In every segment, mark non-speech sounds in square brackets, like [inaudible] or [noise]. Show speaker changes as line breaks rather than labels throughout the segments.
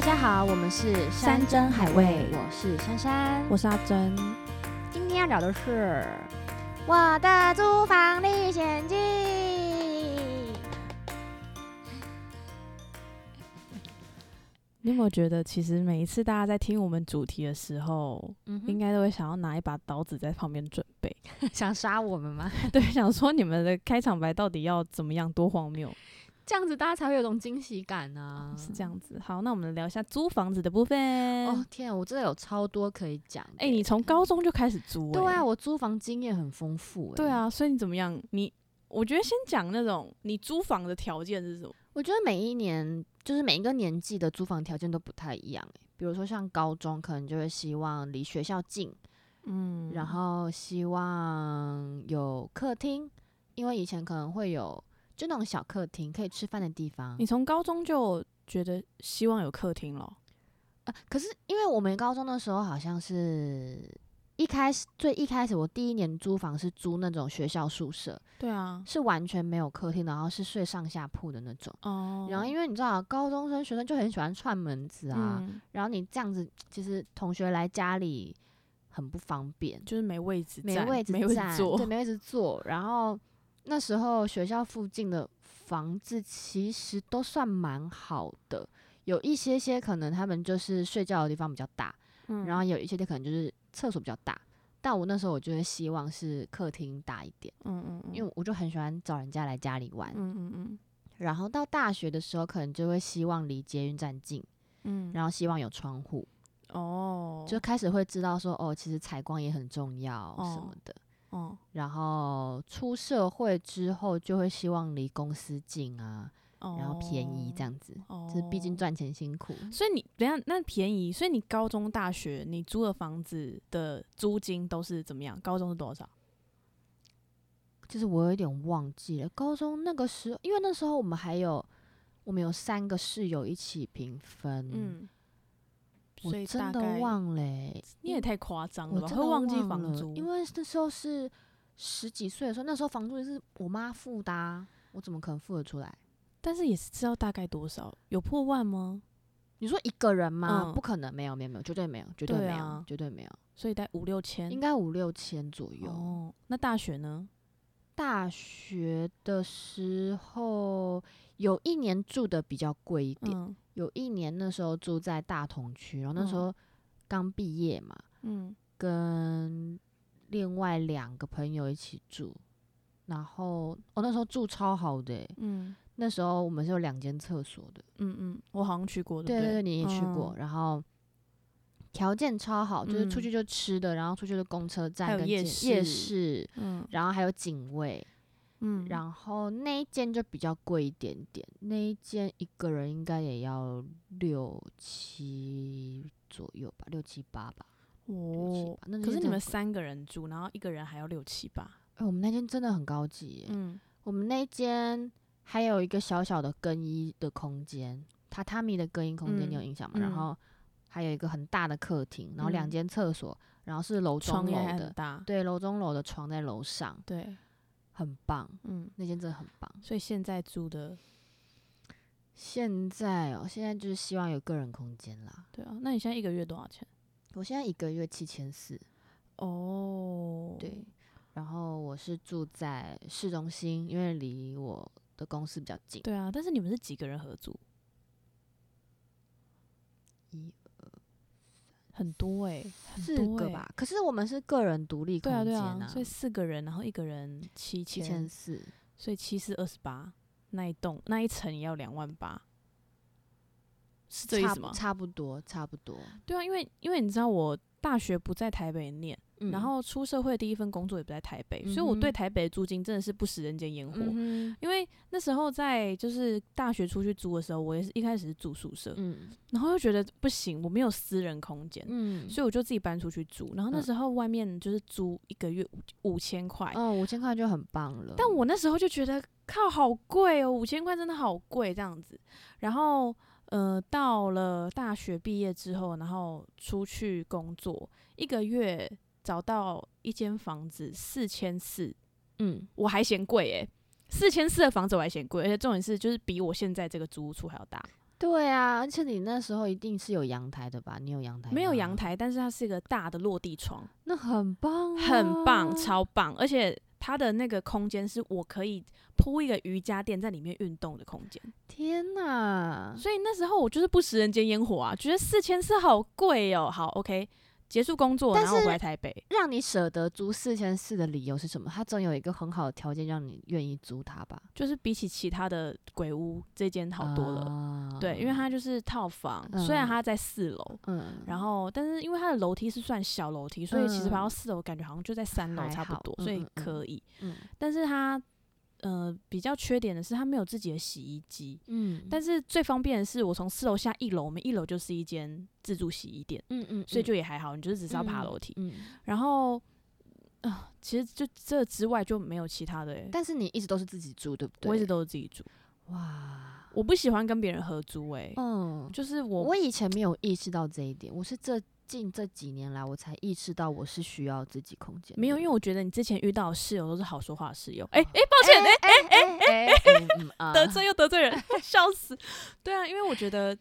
家好，我们是
山珍海味
我是珊珊。
我是阿珍，
今天要聊的是《我的租房历险记》。
你有没有觉得，其实每一次大家在听我们主题的时候，
嗯
应该都会想要拿一把刀子在旁边准备， [laughs]
该想杀我们吗？
对，想说你们的开场白到底要怎么样，多荒谬，
这样子大家才会有种惊喜感啊呢、
是这样子。好，那我们聊一下租房子的部分。
嗯哦
哦，
天、啊，我真的有超多可以讲的。
哎、你从高中就开始租、
对
哎
啊，我租房经验很丰富、哎
对，啊，所以你怎么样？你我觉得先讲那种你租房的条件是什么？
我觉得每一年就是每一个年纪的租房条件都不太一样、哎比如说像高中，可能就会希望离学校近，
嗯
然后希望有客厅，因为以前可能会有就那种小客厅可以吃饭的地方
你。从高中就觉得希望有客厅了。
呃，可是因为我们高中的时候好像是一开始最一开始我第一年租房是租那种学校宿舍，
对啊，
是完全没有客厅，然后是睡上下铺的那种。
哦，
然后因为你知道，高中生学生就很喜欢串门子啊，
嗯
然后你这样子，其实同学来家里很不方便。
就是没位置
没
站
位置
没位
站
置坐，
对，没位置坐。然后那时候学校附近的房子其实都算蛮好的，有一些些可能他们就是睡觉的地方比较大，
嗯
然后有一些些可能就是厕所比较大。但我那时候我就会希望是客厅大一点，
嗯嗯，
因
为
为我就很喜欢找人家来家里玩。
嗯嗯嗯
然后到大学的时候，可能就会希望离捷运站近，
嗯，
然后希望有窗户，
后哦，
就开始会知道说哦，其实采光也很重要什
哦
么的。
哦
然后出社会之后，就会希望离公司近啊，
哦，
然后便宜这，样子，
哦，
就是毕竟。赚钱辛苦。
所以你等一下那便宜，所以你高中、大学你租的房子的租金都是怎么样？高中是多少？
就是我有点忘记了，高中那个时候，因为那时候我们还有我们有三个室友一起平分，，
嗯，
我
所以
真
大
的
概
忘了欸、
你也太夸张
我
了吧，
真
会
的
忘记
忘
房
了
租，
因为那时候是十几岁的时候，那时候房租是我妈付的、啊，我怎么可能付得出来？
但是也是知道大概多少，有破万吗？
你说一个人吗？
嗯
不可能，没有，没有，没有，绝对没有，绝对
对
没有，
啊
绝对没有，
所以大概五六千，
应该五六千左右。
哦。那大学呢？
大学的时候，有一年住的比较贵一点，
嗯
有一年那时候住在大同区，然后那时
嗯
候刚毕业嘛，
嗯，
跟另外两个朋友一起住，然后我、哦、那时候住超好的欸、
嗯
那时候我们是有两间厕所的，
嗯嗯，我好像去过，
对
不
对对，
对
你也去过，
嗯
然后。条件超好，就是出
嗯
去就吃的，然后出去就公车
还
站
有
跟
夜
街夜
市
市，
嗯
然后还有警卫，
嗯，
然后那一间就比较贵一点点，那一间一个人应该也要六七左右吧，六七八吧。六七
哦
八，那间
可是
真
你
的
们三个人住，然后一个人还要六七八，
哎、我们那间真的很高级耶，
嗯，
我们那间还有一个小小的更衣的空间，榻榻米的更衣空间，你有
嗯
印象吗？然
嗯
后还有一个很大的客厅，然后两
嗯
间厕所，然后是楼中
床也
楼
还很
的，
大，
对，楼中楼的床在楼上，
对，
很棒，
嗯，
那间真的很棒。
所以现在租的，
现在哦，现在就是希望有个人空间啦。
对啊，那你现在一个月多少钱？
我现在一个月七千四，
哦，
对，。然后我是住在市中心，因为离我的公司比较近。
对啊，但是你们是几个人合租？
一
很多哎，很
四
多
个
欸
吧，可是我们是个人独立空
对啊，
间
对啊，所以四个人，然后一个人七
七千
千，
四，
所以七四二十八，那一栋那一层也要两万八，是这意
差
思
不
吗？
差不多，差不多。
对啊，因为因为你知道我大学不在台北念，
嗯
然，后出社会第一份工作也不在台北，所以我
嗯
对
哼
台北的租金真的是不食人间烟火。
嗯哼
因为那时候在就是大学出去租的时候，我也是一开始是住宿舍，
嗯
然后又觉得不行，我没有私人空间，
嗯，
所以我呃就自己搬出去住。然后那
嗯
时候外面就是租一个月五五千块，
嗯，五千块就很棒了。
但我那时候就觉得靠，好贵哦，五千块真的好贵这样子。然后呃，到了大学毕业之后，然后出去工作一个月，找到一间房子四千四，
嗯，
我还嫌贵诶、4四千四的房子我还嫌贵，而且重点是就是比我现在这个租屋处还要大。
对啊，而且你那时候一定是有阳台的吧？你有阳台？
没有阳，台，但是它是一个大的落地窗，
那很棒、啊
很棒，！超棒，而且。它的那个空间是我可以铺一个瑜伽垫在里面运动的空间，
天哪，
所以那时候我就是不食人间烟火啊，觉得四千四好贵哦。好，OK，结束工作，
但
然后
是
回来台北。
让你舍得租四千四的理由是什么？他总有一个很好的条件让你愿意租它吧？
就是比起其他的鬼屋，这间好多了。
啊
对，因为它就是套房，虽然
嗯
它在四楼，
嗯，
然后但是因为它的楼梯是算小楼梯，所以其实爬
嗯
到四楼感觉好像就在三楼
还
差不
好
多，
嗯
所以
嗯嗯
可以。
嗯
但是它呃比较缺点的是它没有自己的洗衣机，
嗯，
但是最方便的是我从四楼下一楼，我们一楼就是一间自助洗衣店，
嗯嗯，
所以就也还好，你就是只是要爬
嗯
楼梯。
嗯，
然后啊、其实就这之外就没有其他的欸、
但是你一直都是自己住，对不对？
我一直都是自己住。
哇，
我不喜欢跟别人合租、欸，
嗯，
就是我
我以前没有意识到这一点，我是这近这几年来我才意识到我是需要自己空间的。
没有，因为我觉得你之前遇到的室友都是好说话的室友，哎、哎、
抱歉，哎哎哎哎，
[laughs]
嗯啊
得罪又得罪人，, [laughs] 笑死。对啊，因为我觉得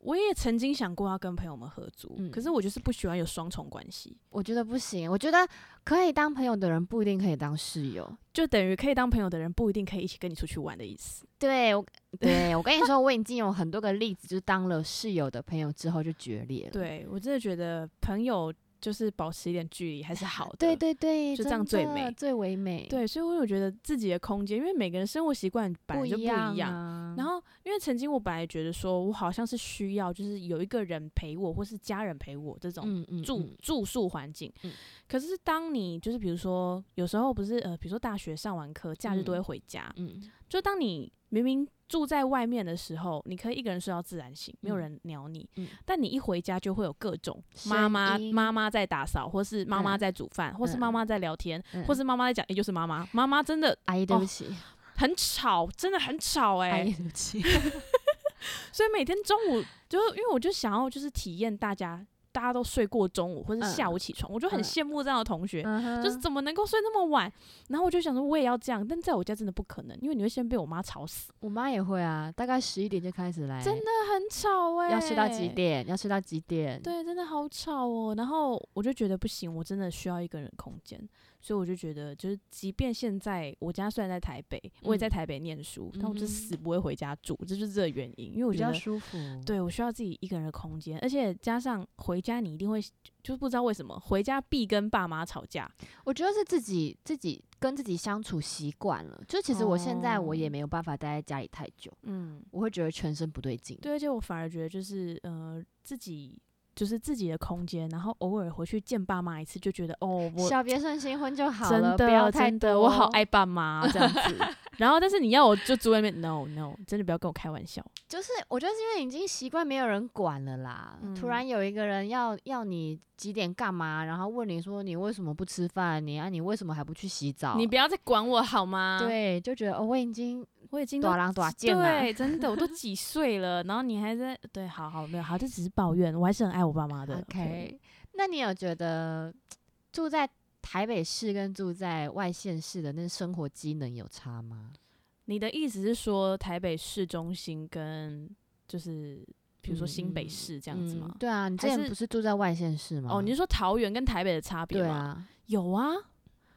我也曾经想过要跟朋友们合租，
嗯
可是我就是不喜欢有双重关系，
我觉得不行，我觉得可以当朋友的人不一定可以当室友。
就等于可以当朋友的人不一定可以一起跟你出去玩的意思。
对，
[laughs]
我对我跟你说，我已经有很多个例子，就是当了室友的朋友之后就决裂了。
对我真的觉得朋友就是保持一点距离还是好的。
对对对，
就这样
真
最
的
美
最唯美，
对，所以我有觉得自己的空间，因为每个人生活习惯本来就不一
样
样。
啊。
然后，因为曾经我本来觉得说，我好像是需要，就是有一个人陪我，或是家人陪我这种
嗯嗯
住、
嗯
住宿环境。
嗯
可是当你就是比如说，有时候不是呃，比如说大学上完课，假日都会
嗯
回家。
嗯
就当你明明住在外面的时候，你可以一个人睡到自然醒，没有
嗯
人鸟你。
嗯
但你一回家就会有各种妈
声
妈
音
妈妈在打扫，或是妈妈
嗯
在煮饭，或是妈
嗯
妈在聊天，
嗯
或是妈妈在讲，也、就是妈妈，妈妈真的
阿姨，对
哦
不起，
很吵，真的很吵哎、
阿姨对不
[laughs]
起，
所以每天中午就是因为我就想要就是体验大家大家都睡过中午或者
嗯
下午起床，我就很
嗯
羡慕这样的同学，
就
就是怎么能够睡那么晚？然后我就想说我也要这样，但在我家真的不可能，因为你会先被我妈吵死，
我妈也会啊，大概十一点就开始来，
真的很吵哎、
要睡到几？点？要睡到几点？，
对，真的好吵哦。然后我就觉得不行，我真的需要一个人空间，所以我就觉得，就是即便现在我家虽然在台北，我也在
嗯
台北念书，但我
嗯
就
哼
死不会回家住，这就是这个原因，因为我
比
觉
较
得
舒服。，
对我需要自己一个人的空间，而且加上回家，你一定会就是不知道为什么回家必跟爸妈吵架。
我觉得是自己自己跟自己相处习惯了，就其实我现在我也
哦
没有办法待在家里太久，
嗯，
我会觉得全身不对劲。
对，而且我反而觉得就是呃自己就是自己的空间，然后偶尔回去见爸妈一次，就觉得哦我。
小别胜新婚就好
真
了，不要
的，
太
真
多。
的，我好，爱爸妈这样子。然后，但是你要我就住外面，no no，真的不要跟我开玩笑。
[laughs] 就是我觉得是因为已经习惯没有人管了啦。突
嗯
然有一个人要要你几点干嘛，然后问你说你为什么不吃饭？你啊，你为什么还不去洗澡？
你不要再管我好吗？，
对，啊就觉得哦，我已经
我已经都
多狼多贱了。
对，真的，我都几岁了，然后你还在对，好好没有好，这只是抱怨，我还是很爱我爸妈的。
OK，那你有觉得住在台北市跟住在外县市的那生活机能有差吗？
你的意思是说台北市中心跟就是比如说新北市这样子吗
嗯？对啊，你之
还
前
是
不是住在外县市吗？
哦，你是说桃园跟台北的差别
对
吗？
啊，嗯
有啊，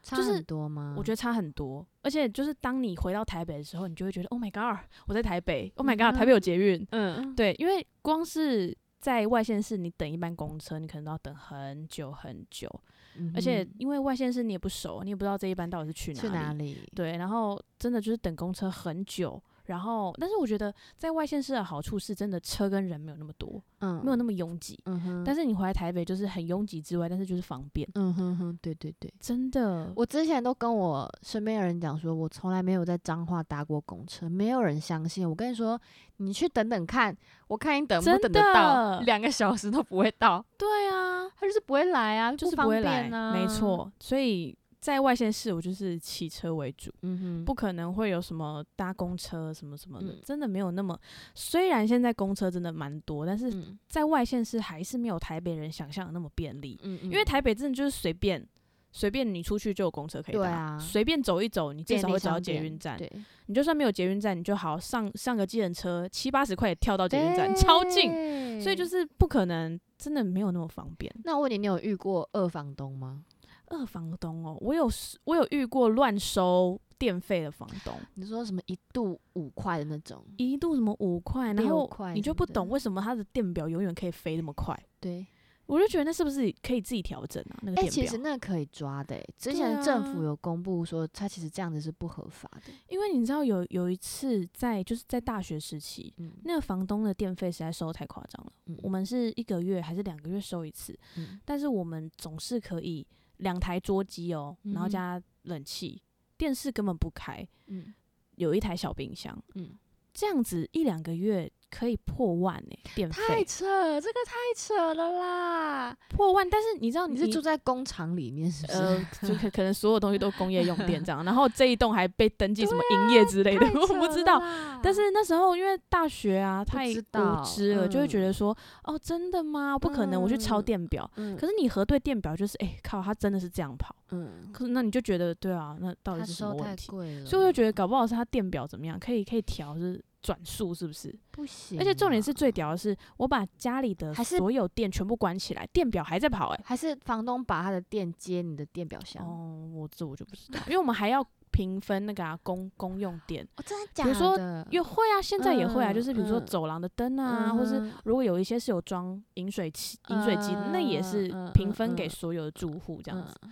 差
就是
很多吗？
我觉得差很多。而且就是当你回到台北的时候，你就会觉得 Oh my God，我在台北，Oh my God，台北有捷运。
得，嗯，
对，因为光是在外县市，你等一班公车，你可能都要等很久很久。
嗯
而且
哼
因为外县市你也不熟，你也不知道这一班到底是去哪
去哪
里
里？
对，然后真的就是等公车很久。然后，但是我觉得在外县市的好处是，真的车跟人没有那么多，
嗯，
没有那
么，
么拥挤。
嗯哼，
但是你回来台北就是很拥挤之外，但是就是方便，
嗯哼哼，对对对。
真的。
我之前都跟我身边的人讲说，我从来没有在彰化搭过公车，没有人相信。我跟你说，你去等等看，我看你等不
真
等得
的
到，两个小时都不会到，
对啊，
他就是不会来啊，
就是
方
不会来，
便啊，
没，错。所以在外县市，我就是骑车为主，
嗯哼，
不可能会有什么搭公车什么什么的，
嗯
真的没有那么。虽然现在公车真的蛮多，但是
嗯
在外县市还是没有台北人想象的那么便利，
嗯，因
因为台北真的就是随便。随便你出去就有公车可以
对
搭，
啊
随、便走一走，你至
便
少
利
会找到
商
捷
店
运站。
对，
你就算没有捷运站，你就好上上个计程车，七八十块也跳到捷运站，超近。
近
所以就是不可能，真的没有那么方便。
那我问你，你有遇过二房东吗？
二房东哦，我有我有遇过乱收电费的房东，
你说什么一度五块的那种？
一度什么五块，然
六
后
块
你就
什么
不
的
懂为什么他的电表永远可以飞那么快，
对，
我就觉得那是不是可以自己调整啊？那个
哎、
电
其
表，
实那可以抓的、欸。之
对
前政
啊
府有公布说，它其实这样子是不合法的。
因为你知道有有一次在就是在大学时期，
嗯，
那个房东的电费实在收得太夸张了，
嗯
我们是一个月还是两个月收一次，
嗯
但是我们总是可以两台桌机哦，然后
嗯哼
加冷气，电视根本不开，
嗯
有一台小冰箱，
嗯，
这样子一两个月可以破万呢、电
太
费
扯，这个太扯了啦！
破万，但是你知道
你
你
是住在工厂里面是不是？
呃，就可可能所有东西都工业用电这样，然后这一栋还被登记什么营业之类的，
啊太
我
扯
不知
了
道。
啦
但是那时候因为大学啊太
知
无
道
知了，就会觉
嗯
得说，哦，真的吗？不可能，我去抄
嗯
电表。
嗯
可是你核对电表，就是哎、靠，它真的是这样跑。
嗯，
可是那你就觉得，对啊，那到
他
底是什么
收太
问题？
贵了，嗯
所以我就觉得搞不好是它电表怎么样，可以可以调是转速是不是？
不行。啊
而且重点是，最屌的是，我把家里的
还是
所有电全部关起来，电表还在跑哎、
还是房东把他的电接你的电表箱。哦，
哦，我这我就不知道，因为我们还要平分那个、啊、公公用电，
真的
比
假
如说
的？
也会啊，现在也会啊，就是比如说
嗯嗯嗯
走廊的灯啊，或是
嗯哼
如果有一些是有装饮水器、饮水机，那也是
嗯嗯嗯
平分给
嗯
所有的住户这样子。
嗯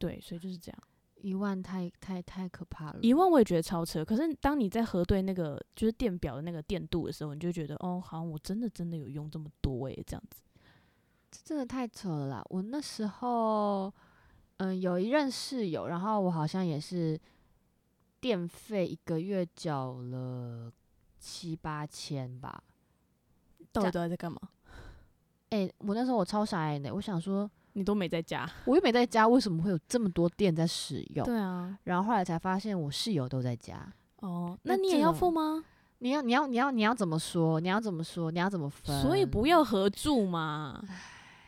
对，所以就是这样。
一万太太太可怕了。
一万我也觉得超车，可是当你在核对那个就是电表的那个电度的时候，你就觉得哦，好像我真的真的有用这么多诶、这样子。
这真的太扯了啦！我那时候，嗯，有一任室友，然后我好像也是电费一个月缴了七八千吧。
到底
这
都在干嘛？
诶，我那时候我超傻眼的，我想说
你都没在家。
我又没在家，为什么会有这么多电在使用？
对啊，
然后后来才发现我室友都在家。
哦，那
那
你
这
也要付
种
吗？
你要你要你要你要怎么说？你要怎么说？你要怎么分？
所以不要合住嘛，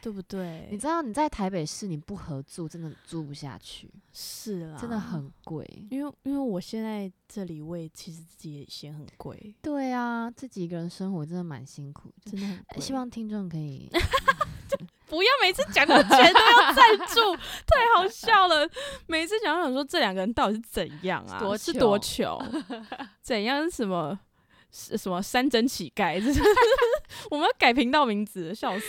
对不
你
对？
知道你在台北市你不合租真的租不下去，
是啦，
真的很，贵。
因为因为我现在这里位其实自己也嫌很贵，
对啊，自己一个人生活真的蛮辛苦的。
真的很
呃
贵。
希望听众可以，
[laughs] 不要每次讲我觉得都要赞助，太好笑了。每次讲想说这两个人到底是怎样
是
啊？
多
是多
糗
糗？怎样是什么？是什么山珍乞丐？ [laughs] 这是我们要改频道名字，笑死！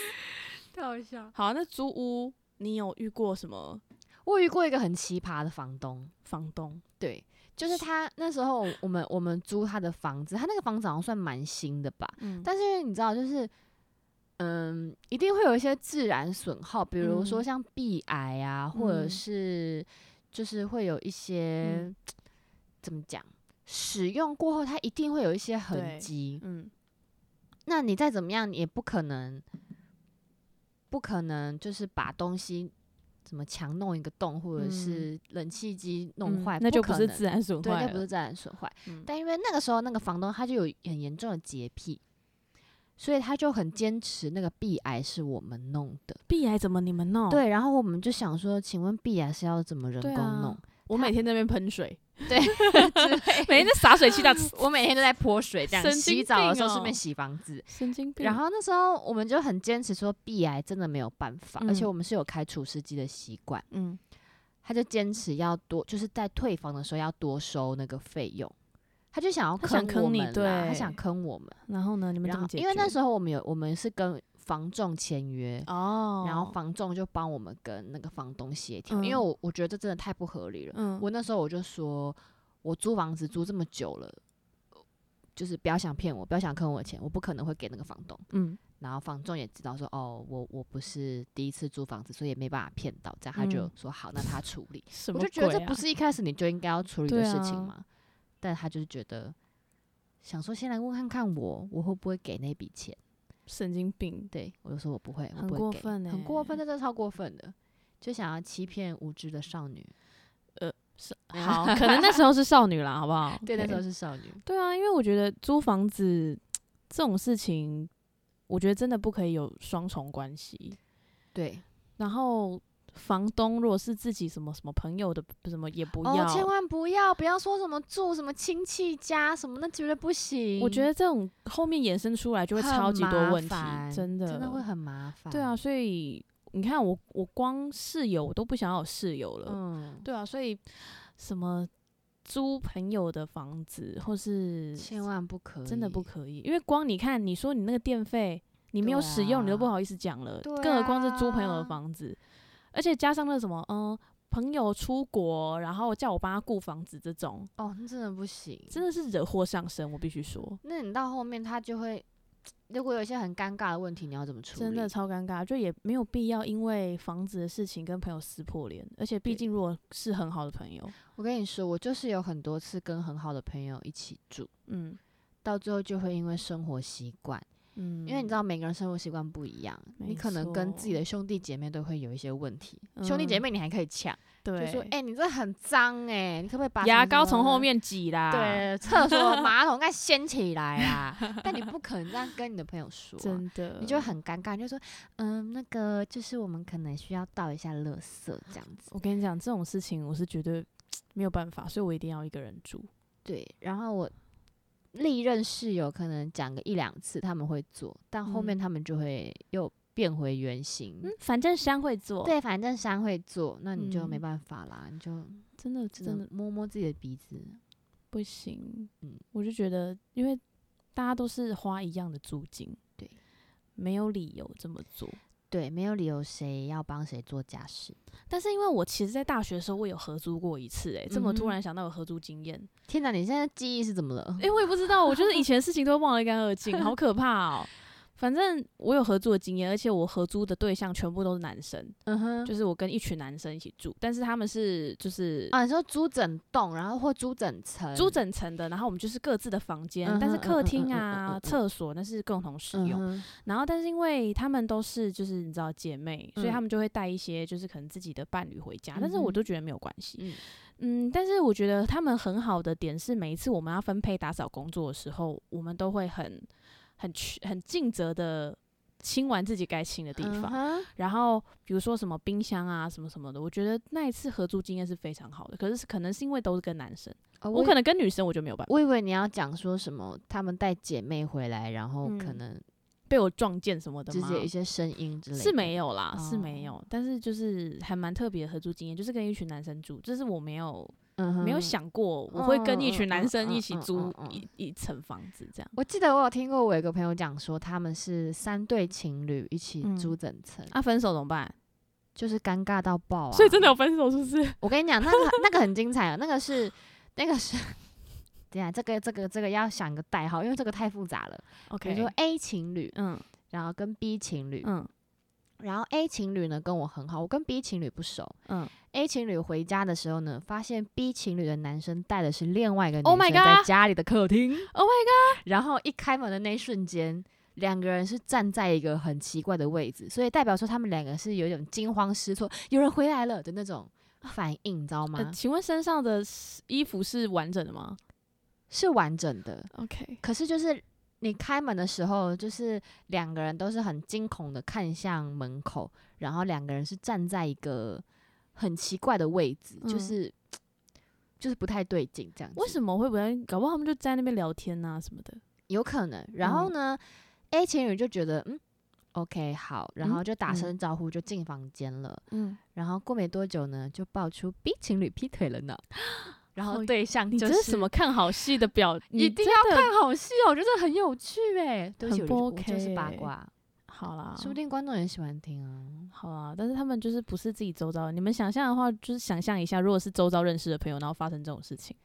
太好笑。
好，那租屋你有遇过什么
我遇过一个很奇葩的房东，
房东？
对，就是他那时候我们我们租他的房子，他那个房子好像算蛮新的吧，
嗯，
但是你知道就是。嗯，一定会有一些自然损耗，比如说
嗯
像壁癌啊，或者
嗯
是就是会有一些、
嗯
怎么讲，使用过后它一定会有一些
对
痕迹，
嗯
那你再怎么样，你也不可能，不可能就是把东西怎么墙弄一个洞，或者
嗯
是冷气机
嗯
弄坏、
那就
不
不
可
是
能
自然损
对，
坏
那不
了。
是自然损坏。
嗯
但因为那个时候那个房东他就有很严重的洁癖，所以他就很坚持那个壁癌是我们弄的。
壁癌怎么你们弄？，
对，然后我们就想说，请问壁癌是要怎么人
对
工
啊
弄？
我
它
每天在那边喷水，
对
[laughs]
嗯
每天在洒水器大，
我每天都在泼水，这样
神
洗
经
澡的
病
时候顺
哦
便洗房子。
[laughs] 神经病。
然后那时候我们就很坚持说，鼻癌真的没有办法，而且
嗯
我们是有开除湿机的习惯，
嗯，
他就坚持要多，就是在退房的时候要多收那个费用，他就想要
他想
坑我
坑你
们啦，他想
对
坑我们。
然后呢？你们
然
怎么
后
解决？
因为那时候我们有我们是跟房仲签约。
哦，
然后房仲就帮我们跟那个房东协调，因为
嗯
我我觉得这真的太不合理了。
嗯
我那时候我就说，我租房子租这么久了，就是不要想骗我，不要想坑我的钱，我不可能会给那个房东。
嗯
然后房仲也知道说，哦，我我不是第一次租房子，所以也没办法骗到，这样他就
嗯。
说好，那他处理
[laughs] 什
我
么
就
鬼啊？
觉得这不是一开始你就应该要处理的
对
事情
啊
嘛，但他就是觉得想说先来问看看我，我会不会给那笔钱？
神经病，
对我就说我不会，我
很
不
过
会给，
分
很过
欸
分，真的超过分的，就想要欺骗无知的少
[laughs]
女。
是好，可能那时候是少女啦，好不好？
对，那时候
OK
是少女。
对啊，因为我觉得租房子这种事情，我觉得真的不可以有双重关系。
对，
然后房东如果是自己什么什么朋友的，不什么也不要。
哦，千万不要不要说什么住什么亲戚家什么，那绝对不行。
我觉得这种后面衍生出来就会
很
超级多
麻
问题，
烦
真的
真的会很麻烦。
对啊，，所以你看我我光室友我都不想要有室友了，
嗯，
对啊，所以什么租朋友的房子或是
千万不可以，
真的不可以，因为光你看你说你那个电费你没有
对
使用，你都不
啊
好意思讲了，
对
更何况是租朋友的
啊
房子，而且加上那什么嗯。朋友出国，然后叫我帮他顾房子，这种
哦，那真的不行，
真的是惹祸上身，我必须说，
那你到后面他就会，如果有一些很尴尬的问题，你要怎么处理？
真的超尴尬，就也没有必要因为房子的事情跟朋友撕破脸，而且毕
对
竟如果是很好的朋友，
我跟你说，我就是有很多次跟很好的朋友一起住，
嗯
到最后就会因为生活习惯，
嗯，
因为你知道每个人生活习惯不一样，你
没
可能跟自己
错
的兄弟姐妹都会有一些问题。兄弟姐
嗯
妹你还可以抢，
对，
就说：“哎、你这很脏哎、你可不可以把
牙
什么
膏从
什么
后面挤啦，，
对厕所
[laughs]
马桶盖掀起来啦？” [laughs] 但你不可能这样跟你的朋友说啊、
真的，
你就会很尴尬，你就说：“嗯，那个就是我们可能需要倒一下垃圾这样子。”
我跟你讲这种事情，我是绝对没有办法，所以我一定要一个人住。
对，然后我历任室友可能讲个一两次他们会做，但后面
嗯
他们就会又变回原形。
嗯，反正山会做，，
对，反正山会做，那你就没
嗯
办法啦，你就
真的
只
真
能
的
摸摸自己的鼻子。
不行。
嗯
我就觉得，因为大家都是花一样的租金，
对，
没有理由这么做。
对，没有理由谁要帮谁做家事。
但是因为我其实，在大学的时候，我有合租过一次、哎，这么
嗯
突
哼
然想到有合租经验，
天哪，你现在记忆是怎么了？
哎、我也不知道，我就是以
[laughs]
前的事情都忘得一干二净，好可怕哦、反正我有合租的经验，而且我合租的对象全部都是男生，
嗯哼，
就是我跟一群男生一起住，但是他们是就是
啊，你说租整栋，然后或租整层，
租整层的，然后我们就是各自的房间，
嗯哼
但是
嗯
客
嗯嗯
厅
嗯嗯
啊
嗯、
厕、所那是共同使
嗯
用。
哼
然后，但是因为他们都是就是你知道姐妹，所以
嗯
他们就会带一些就是可能自己的伴侣回家，但是
嗯
我
哼
都觉得没有关系。
嗯
嗯，但是我觉得他们很好的点是，每一次我们要分配打扫工作的时候，我们都会很很去很尽责的清完自己该清的地
嗯
方。
哼
然后比如说什么冰箱啊，什么什么的，我觉得那一次合租经验是非常好的。可是可能是因为都是跟男生，
哦
我
我
可能跟女生我就没有办法
我以为你要讲说什么，他们带姐妹回来，然后可
嗯
能
被我撞见什么的
直
吗？
接有一些声音之类的。
是没有啦，是没
哦
有。但是就是还蛮特别的合租经验，就是跟一群男生住，这是我没有、
嗯哼
没有想过我会跟一群男生一
嗯嗯
起
嗯嗯
租
嗯嗯
一、一层房子这样。
我记得我有听过，我有一个朋友讲说，他们是三对情侣一起
嗯
租整层，
啊，分手怎么办？
就是尴尬到爆啊！
所以真的，有分手是不是？
我跟你讲，那个那个很精彩啊，那个是那个是，等一下这个这个这个要想一个代号，因为这个太复杂了。比
OK，
如说 A 情侣，
嗯
然后跟 B 情侣，
嗯
然后 A 情侣呢跟我很好，我跟 B 情侣不熟。
嗯
A 情侣回家的时候呢，发现 B 情侣的男生带的是另外一个女
Oh
生
my
在
god
家里的客厅。
，Oh my god，
然后一开门的那一瞬间，两个人是站在一个很奇怪的位置，所以代表说他们两个是有一种惊慌失措，有人回来了的那种反应，你知道吗
呃，？请问身上的衣服是完整的吗
是完整的，
？OK，
可是就是你开门的时候，就是两个人都是很惊恐的看向门口，然后两个人是站在一个很奇怪的位置，就
嗯
是就是不太对劲这样子。
为什么会不会？搞不好他们就在那边聊天呐、什么的。
有可能。
嗯
然后呢、a 情侣就觉得嗯，OK 好，然后就打
嗯
声招呼就进房间了。
嗯，
然后过没多久呢，就爆出 B 情侣劈腿了呢。然后
好
对象
哦你
就
这是什么看好戏的 [laughs] 表？
一
你
定
真
要
的
看好戏哦，我觉得很有趣哎。对不起，
很
我
不
就我就是八
OK
卦，
好啦，
说不定观众也喜欢听啊。
好啦，但是他们就是不是自己周遭的。你们想象的话，就是想象一下，如果是周遭认识的朋友，然后发生这种事情。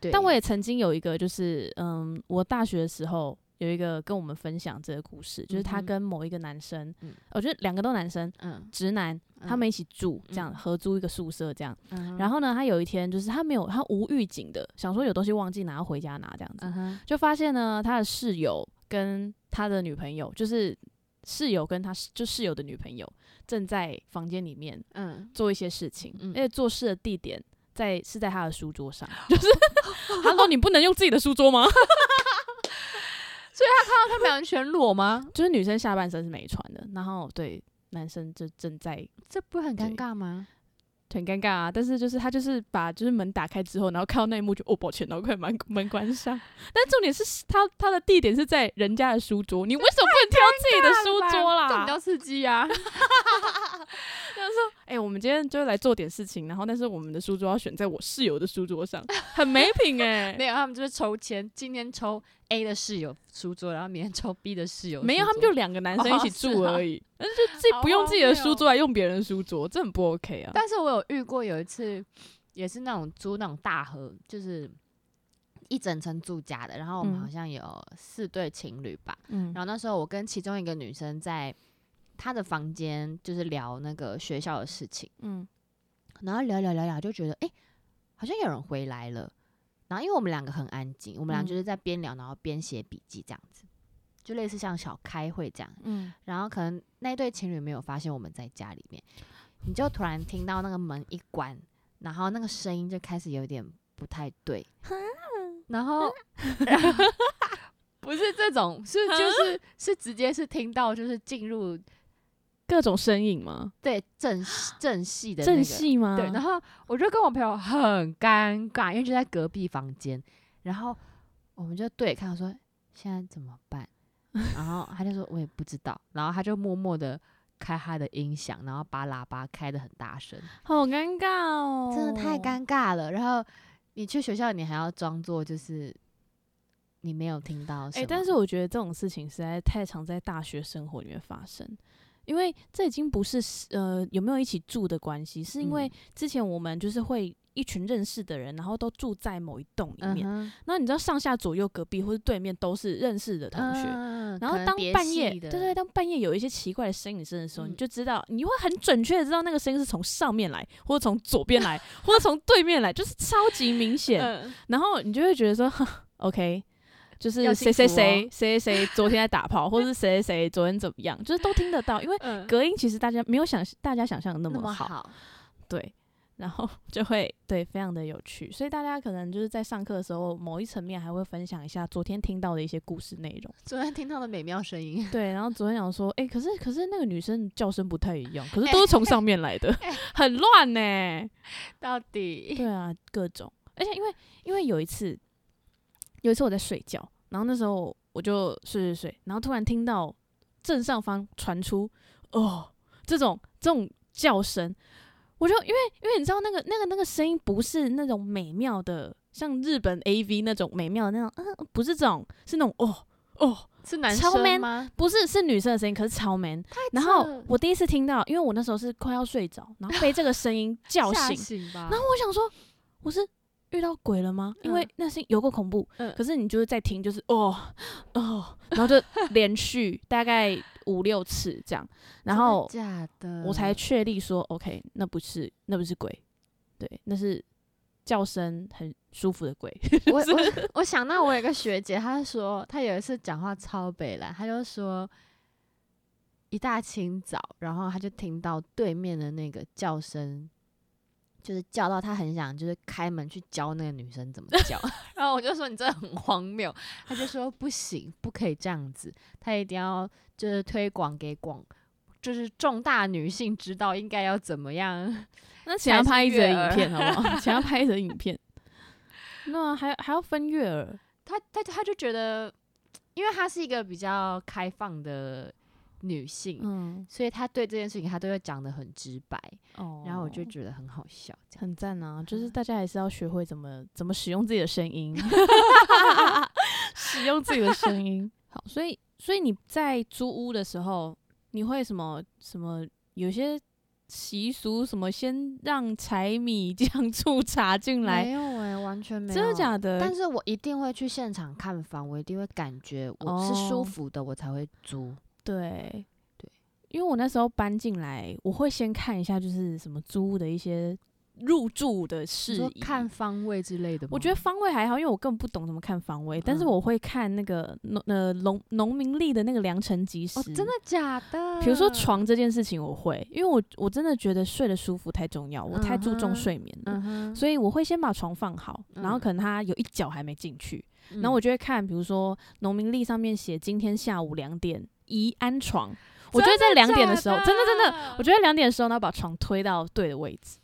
对，
但我也曾经有一个，就是嗯，我大学的时候有一个跟我们分享这个故事，就是他
嗯哼
跟某一个男生，
嗯
我觉得两个都男生，
嗯，
直男，他们一起住，这样
嗯
合租一个宿舍这样。
嗯哼
然后呢，他有一天就是他没有，他无预警的想说有东西忘记拿回家拿这样子，
嗯哼
就发现呢他的室友跟他的女朋友，就是室友跟他室就室友的女朋友正在房间里面
嗯，
做一些事情，
嗯
而且做事的地点在是在他的书桌上， [laughs] 就是他说你不能用自己的书桌吗？ [laughs]
那他们两人全裸吗？
就是女生下半身是没穿的，然后对。男生就正在
这不会很尴
对
尬吗？
很尴尬啊，但是就是他就是把就是门打开之后，然后看到那一幕就哦抱歉，然后快把门门关上。但重点是他他的地点是在人家的书桌，你为什么不能挑自己的书桌
[laughs] 这种
啦
比？较刺激
[laughs]
啊！
哎、我们今天就来做点事情，然后但是我们的书桌要选在我室友的书桌上，很没品哎、
[laughs] 没有，他们就是抽签，今天抽 A 的室友书桌，然后明天抽 B 的室友书桌。哦啊
没有，他们就两个男生一起住而已，但是就自己不用自己的书桌来用别人的书桌，这很不 OK 啊。
但是我有遇过有一次，也是那种租那种大盒，就是一整层住家的，然后我们
嗯
好像有四对情侣吧。
嗯
然后那时候我跟其中一个女生在她的房间，就是聊那个学校的事情，
嗯
然后聊聊聊聊，就觉得诶，好像有人回来了。然后因为我们两个很安静，我们俩
嗯
就是在边聊，然后边写笔记这样子，就类似像小开会这样。
嗯，
然后可能那对情侣没有发现我们在家里面，你就突然听到那个门一关，然后那个声音就开始有点不太对，然后然后 [laughs] 不是这种，是就是是直接是听到就是进入
各种身影吗？
对正
[gasps]
戏正戏的、那个、
正戏吗？
对，然后我就跟我朋友很尴尬，因为就在隔壁房间，然后我们就对看说现在怎么
[laughs]
办，然后他就说我也不知道，然后他就默默的开他的音响，然后把喇叭开的很大声，
好尴尬哦，
真的太尴尬了。然后你去学校，你还要装作就是你没有听到什
哎、
么，
但是我觉得这种事情实在太常在大学生活里面发生，因为这已经不是呃有没有一起住的关系，是因为
嗯
之前我们就是会一群认识的人，然后都住在某一栋里面，
嗯哼
那、你知道上下左右隔壁或者对面都是认识的同学。
嗯
然
可
后
能
当
别
半
系
夜，
的
对对，当半夜有一些奇怪的声音声的时候，
嗯
你就知道，你会很准确的知道那个声音是从上面来，或者从左边
[laughs]
来，或者从对面来，就是超级明显。
嗯
然后你就会觉得说哼，OK，就是
要
谁
幸
谁
福哦
谁谁谁谁昨天在打
[laughs]
炮，或者是谁谁谁昨天怎么样，就是都听得到，因为
嗯
隔音其实大家没有想大家想象的那
那
么
么
好，
好，
对。然后就会对非常的有趣，所以大家可能就是在上课的时候，某一层面还会分享一下昨天听到的一些故事内容。
昨天听到的美妙声音。
[laughs] 对，然后昨天讲说，哎、可是可是那个女生叫声不太一样，可是都是从上面来的，很乱呢、
到底
对啊，各种，而且因为因为有一次，有一次我在睡觉，然后那时候我就睡睡睡，然后突然听到正上方传出哦这种这种叫声，我就因为因为你知道那个那个那个声音不是那种美妙的，像日本 A V 那种美妙的那种，嗯、不是这种，是那种哦哦，
是男
超
生
man
吗？
不是是女生的声音，可是超 man。然
扯
后我第一次听到，因为我那时候是快要睡着，然后被这个声音叫
吓
醒，
醒吧。
然后我想说，我是遇到鬼了吗？因为
嗯
那是有够恐怖，
嗯
可是你就是在听，就是哦 [gasps] 哦，然后就连续大概五六次这样，然后
真的假的，
我才确立说，OK，那不是那不是鬼，对，那是叫声很舒服
[laughs]
的鬼。
我我我想到我有一个学姐，她说她有一次讲话超北蓝，她就说一大清早，然后她就听到对面的那个叫声。就是叫到她很想，就是开门去教那个女生怎么叫，然后我就说你这很荒谬，她就说不行，不可以这样子，她一定要就是推广给广，就是重大女性知道应该要怎么样
那请他拍一则
才是悦耳
影片好
[laughs]
不好？请他拍一则影片。那还还要分月儿，
他他他就觉得，因为她是一个比较开放的女性，
嗯，
所以她对这件事情她都会讲的很直白，
哦
然后我就觉得很好笑。这样
很赞啊！
嗯
就是大家还是要学会怎么怎么使用自己的
[laughs]
声音，使用自己的声音。好，所以所以你在租屋的时候，你会什么什么有些习俗，什么先让柴米酱醋茶进
[laughs]
来，
没有哎、完全没有，
真的假的？
但是我一定会去现场看房，我一定会感觉我是舒
哦
服的，我才会租。
对
对，
因为我那时候搬进来，我会先看一下就是什么租屋的一些入住的
你
事
说
宜，
看方位之类的吗，
我觉得方位还好，因为我根本不懂怎么看方位，但是
嗯
我会看那个农呃农农民历的那个良辰吉时、
哦，真的。假的？
比如说，床这件事情，我会，因为我我真的觉得睡得舒服太重要，我太注
嗯
重
哼
睡眠了，
嗯哼，
所以我会先把床放好，然后
嗯
可能他有一脚还没进去，
以
然后我就会看，比如说农民历上面写今天下午两点宜安床，我觉得在两点
的
的时候，真的真的，
的
我觉得两点的时候呢，把床推到对的位置，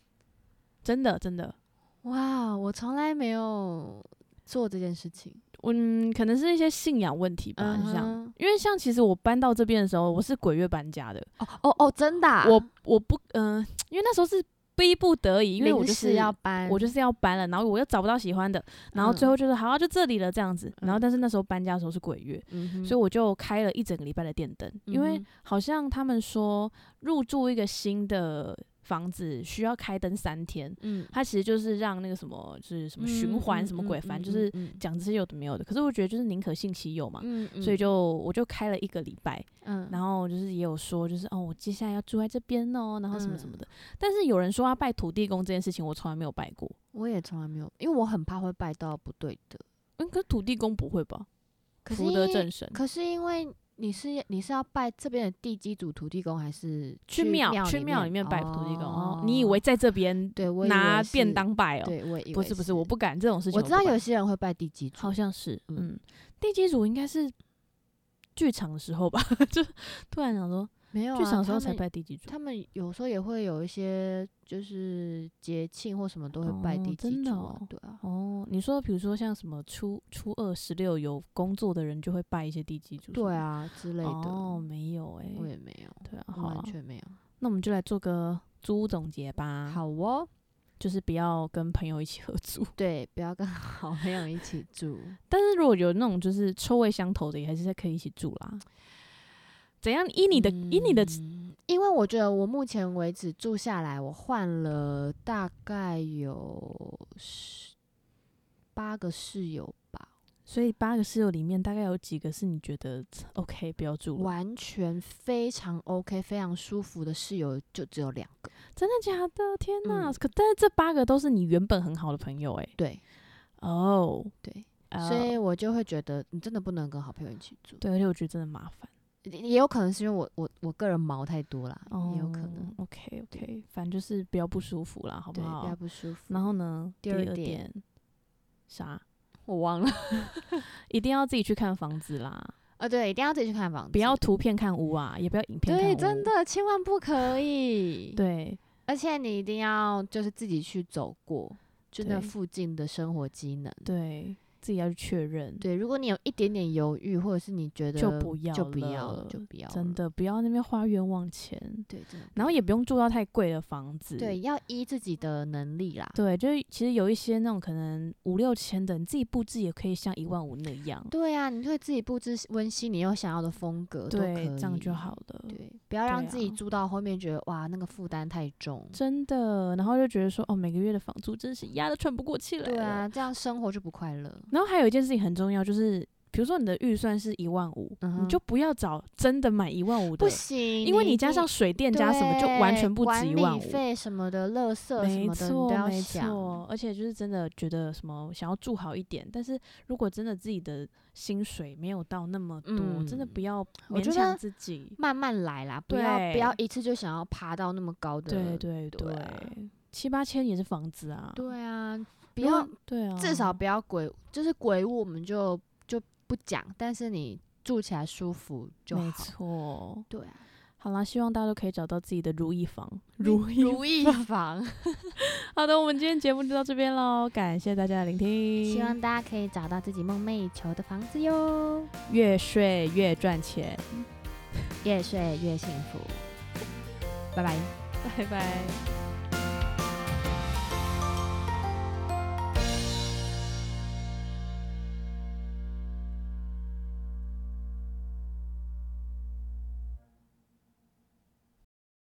真的真的，
哇，哦我从来没有做这件事情。
嗯，可能是一些信仰问题吧，就像。
嗯哼
因为像其实我搬到这边的时候，我是鬼月搬家的，
哦哦哦，真的啊、
我我不嗯、因为那时候是逼不得已，因为我
临
就
时
是
要搬，
我就是要搬了，然后我又找不到喜欢的，然后最
嗯
后就是好、啊、就这里了这样子，然后但是那时候搬家的时候是鬼月，
嗯哼，
所以我就开了一整个礼拜的电灯，因为
嗯哼
好像他们说入住一个新的房子需要开灯三天，
嗯，
它其实就是让那个什么就是什么循环什么鬼，反正就是讲这些有的没有的。可是我觉得就是宁可信其有嘛，
嗯，嗯
所以就我就开了一个礼拜，
嗯，
然
后
后就是也有说就是哦，我接下来要住在这边哦，然后什么什么的。
嗯
但是有人说要拜土地公这件事情，我从来没有拜过。
我也从来没有，因为我很怕会拜到不对的。
嗯，可是土地公不会吧？
可是
福德
因
正神
可是因为你是你是要拜这边的地基主土地公，还是
去庙去
庙
庙
里
里面拜土地公哦
哦，，
你以为在这边
对我以
拿
为
便
是？
当拜哦？
对，我以为
不是不是，我不敢这种事情
我
不
知
敢。
道有些人会拜地基主，
好像是，
嗯
嗯，地基主应该是剧场的时候吧， [laughs] 就突然想说，
没有
剧
啊
场的时候
他
才
们
拜地基主，
他们有时候也会有一些就是节庆或什么都会拜
哦
地基
真的
主、啊
哦
对啊，
哦，你说比如说像什么初初二十六有工作的人就会拜一些地基主，
对，啊之类的。
哦，没有哎、
我也没有，
对啊，
我
好啊
完，全没有。
那我们就来做个租屋总结吧，，
好哦，
就是不要跟朋友一起合租， [laughs]
对，不要跟 [laughs] 好朋友一起住。
但是如果有那种就是臭味相投的，也还是可以一起住啦。怎样？依你的，依你的，
嗯因为我觉得我目前为止住下来，我换了大概有十八个室友吧，
所以八个室友里面大概有几个是你觉得 OK 不要住了？
完全非常 OK、非常舒服的室友就只有两个。
真的假的？天哪！
嗯
可但是这八个都是你原本很好的朋友哎、
对
哦、
对，
呃
所以我就会觉得你真的不能跟好朋友一起住。
对，而且我觉得真的麻烦，
也也有可能是因为我我我个人毛太多啦，也有可能
哦。OK OK，反正就是比较不舒服啦，好不
对比较
哦好？
不舒服。
然后呢？
第
二
二
点
点
啥？
我忘
[laughs]
了
一定要自己去看房子啦，
啊，对，一定要自己去看房子，
不要图片看屋啊，也不要影片看屋。
对，真。的千万不可以。，
对，
而且你一定要就是自己去走过，就那
对嗯
附近的生活机能。
对自己要去确认，
对，如果你有一点点犹豫，或者是你觉得
就不要
就不要
了
了，就不要了，
真的不要那边花冤枉钱，
对，真的不
然后
要
也不用住到太贵的房子。
对，要依自己的能力啦。
对，就是其实有一些那种可能五六千的，你自己布置也可以像一万五那样，
对啊，你可以自己布置温馨你有想要的风格，都可
对，这样
以
就好了。
对，不要让
对
自己
啊
住到后面觉得哇那个负担太重。
真的，然后就觉得说，哦，每个月的房租真是压得喘不过气来。
对啊，，这样生活就不快乐。
然后还有一件事情很重要，就是比如说你的预算是一万五、
嗯
你
哼
就不要找真的满一万五的
不，行，
因为你
一
加
定
上水电加什么，就完
对
全不
管
止一
理
万五。
费什么的、垃圾什
没
么的，你都
错，
要
没
想。
错，而且就是真的觉得什么想要住好一点，但是如果真的自己的薪水没有到那么多，真的
嗯
不要
我
勉
觉
强
得
自己。
慢慢来啦，不要不要
对
一次就想要爬到那么高的。
对对对，
对啊
七八千也是房子啊，
对啊，不
如果
要
对啊，
至少不要鬼，就是鬼屋我们就就不讲，但是你住起来舒服就
没
好。
错。
对啊，
好啦，希望大家都可以找到自己的如意房，
[laughs] 如
意。
如意房，
好的，我们今天节目就到这边喽，感谢大家的聆听，
[laughs] 希望大家可以找到自己梦寐以求的房子哟，
越睡越赚钱，
越睡越幸福。拜拜。
拜拜。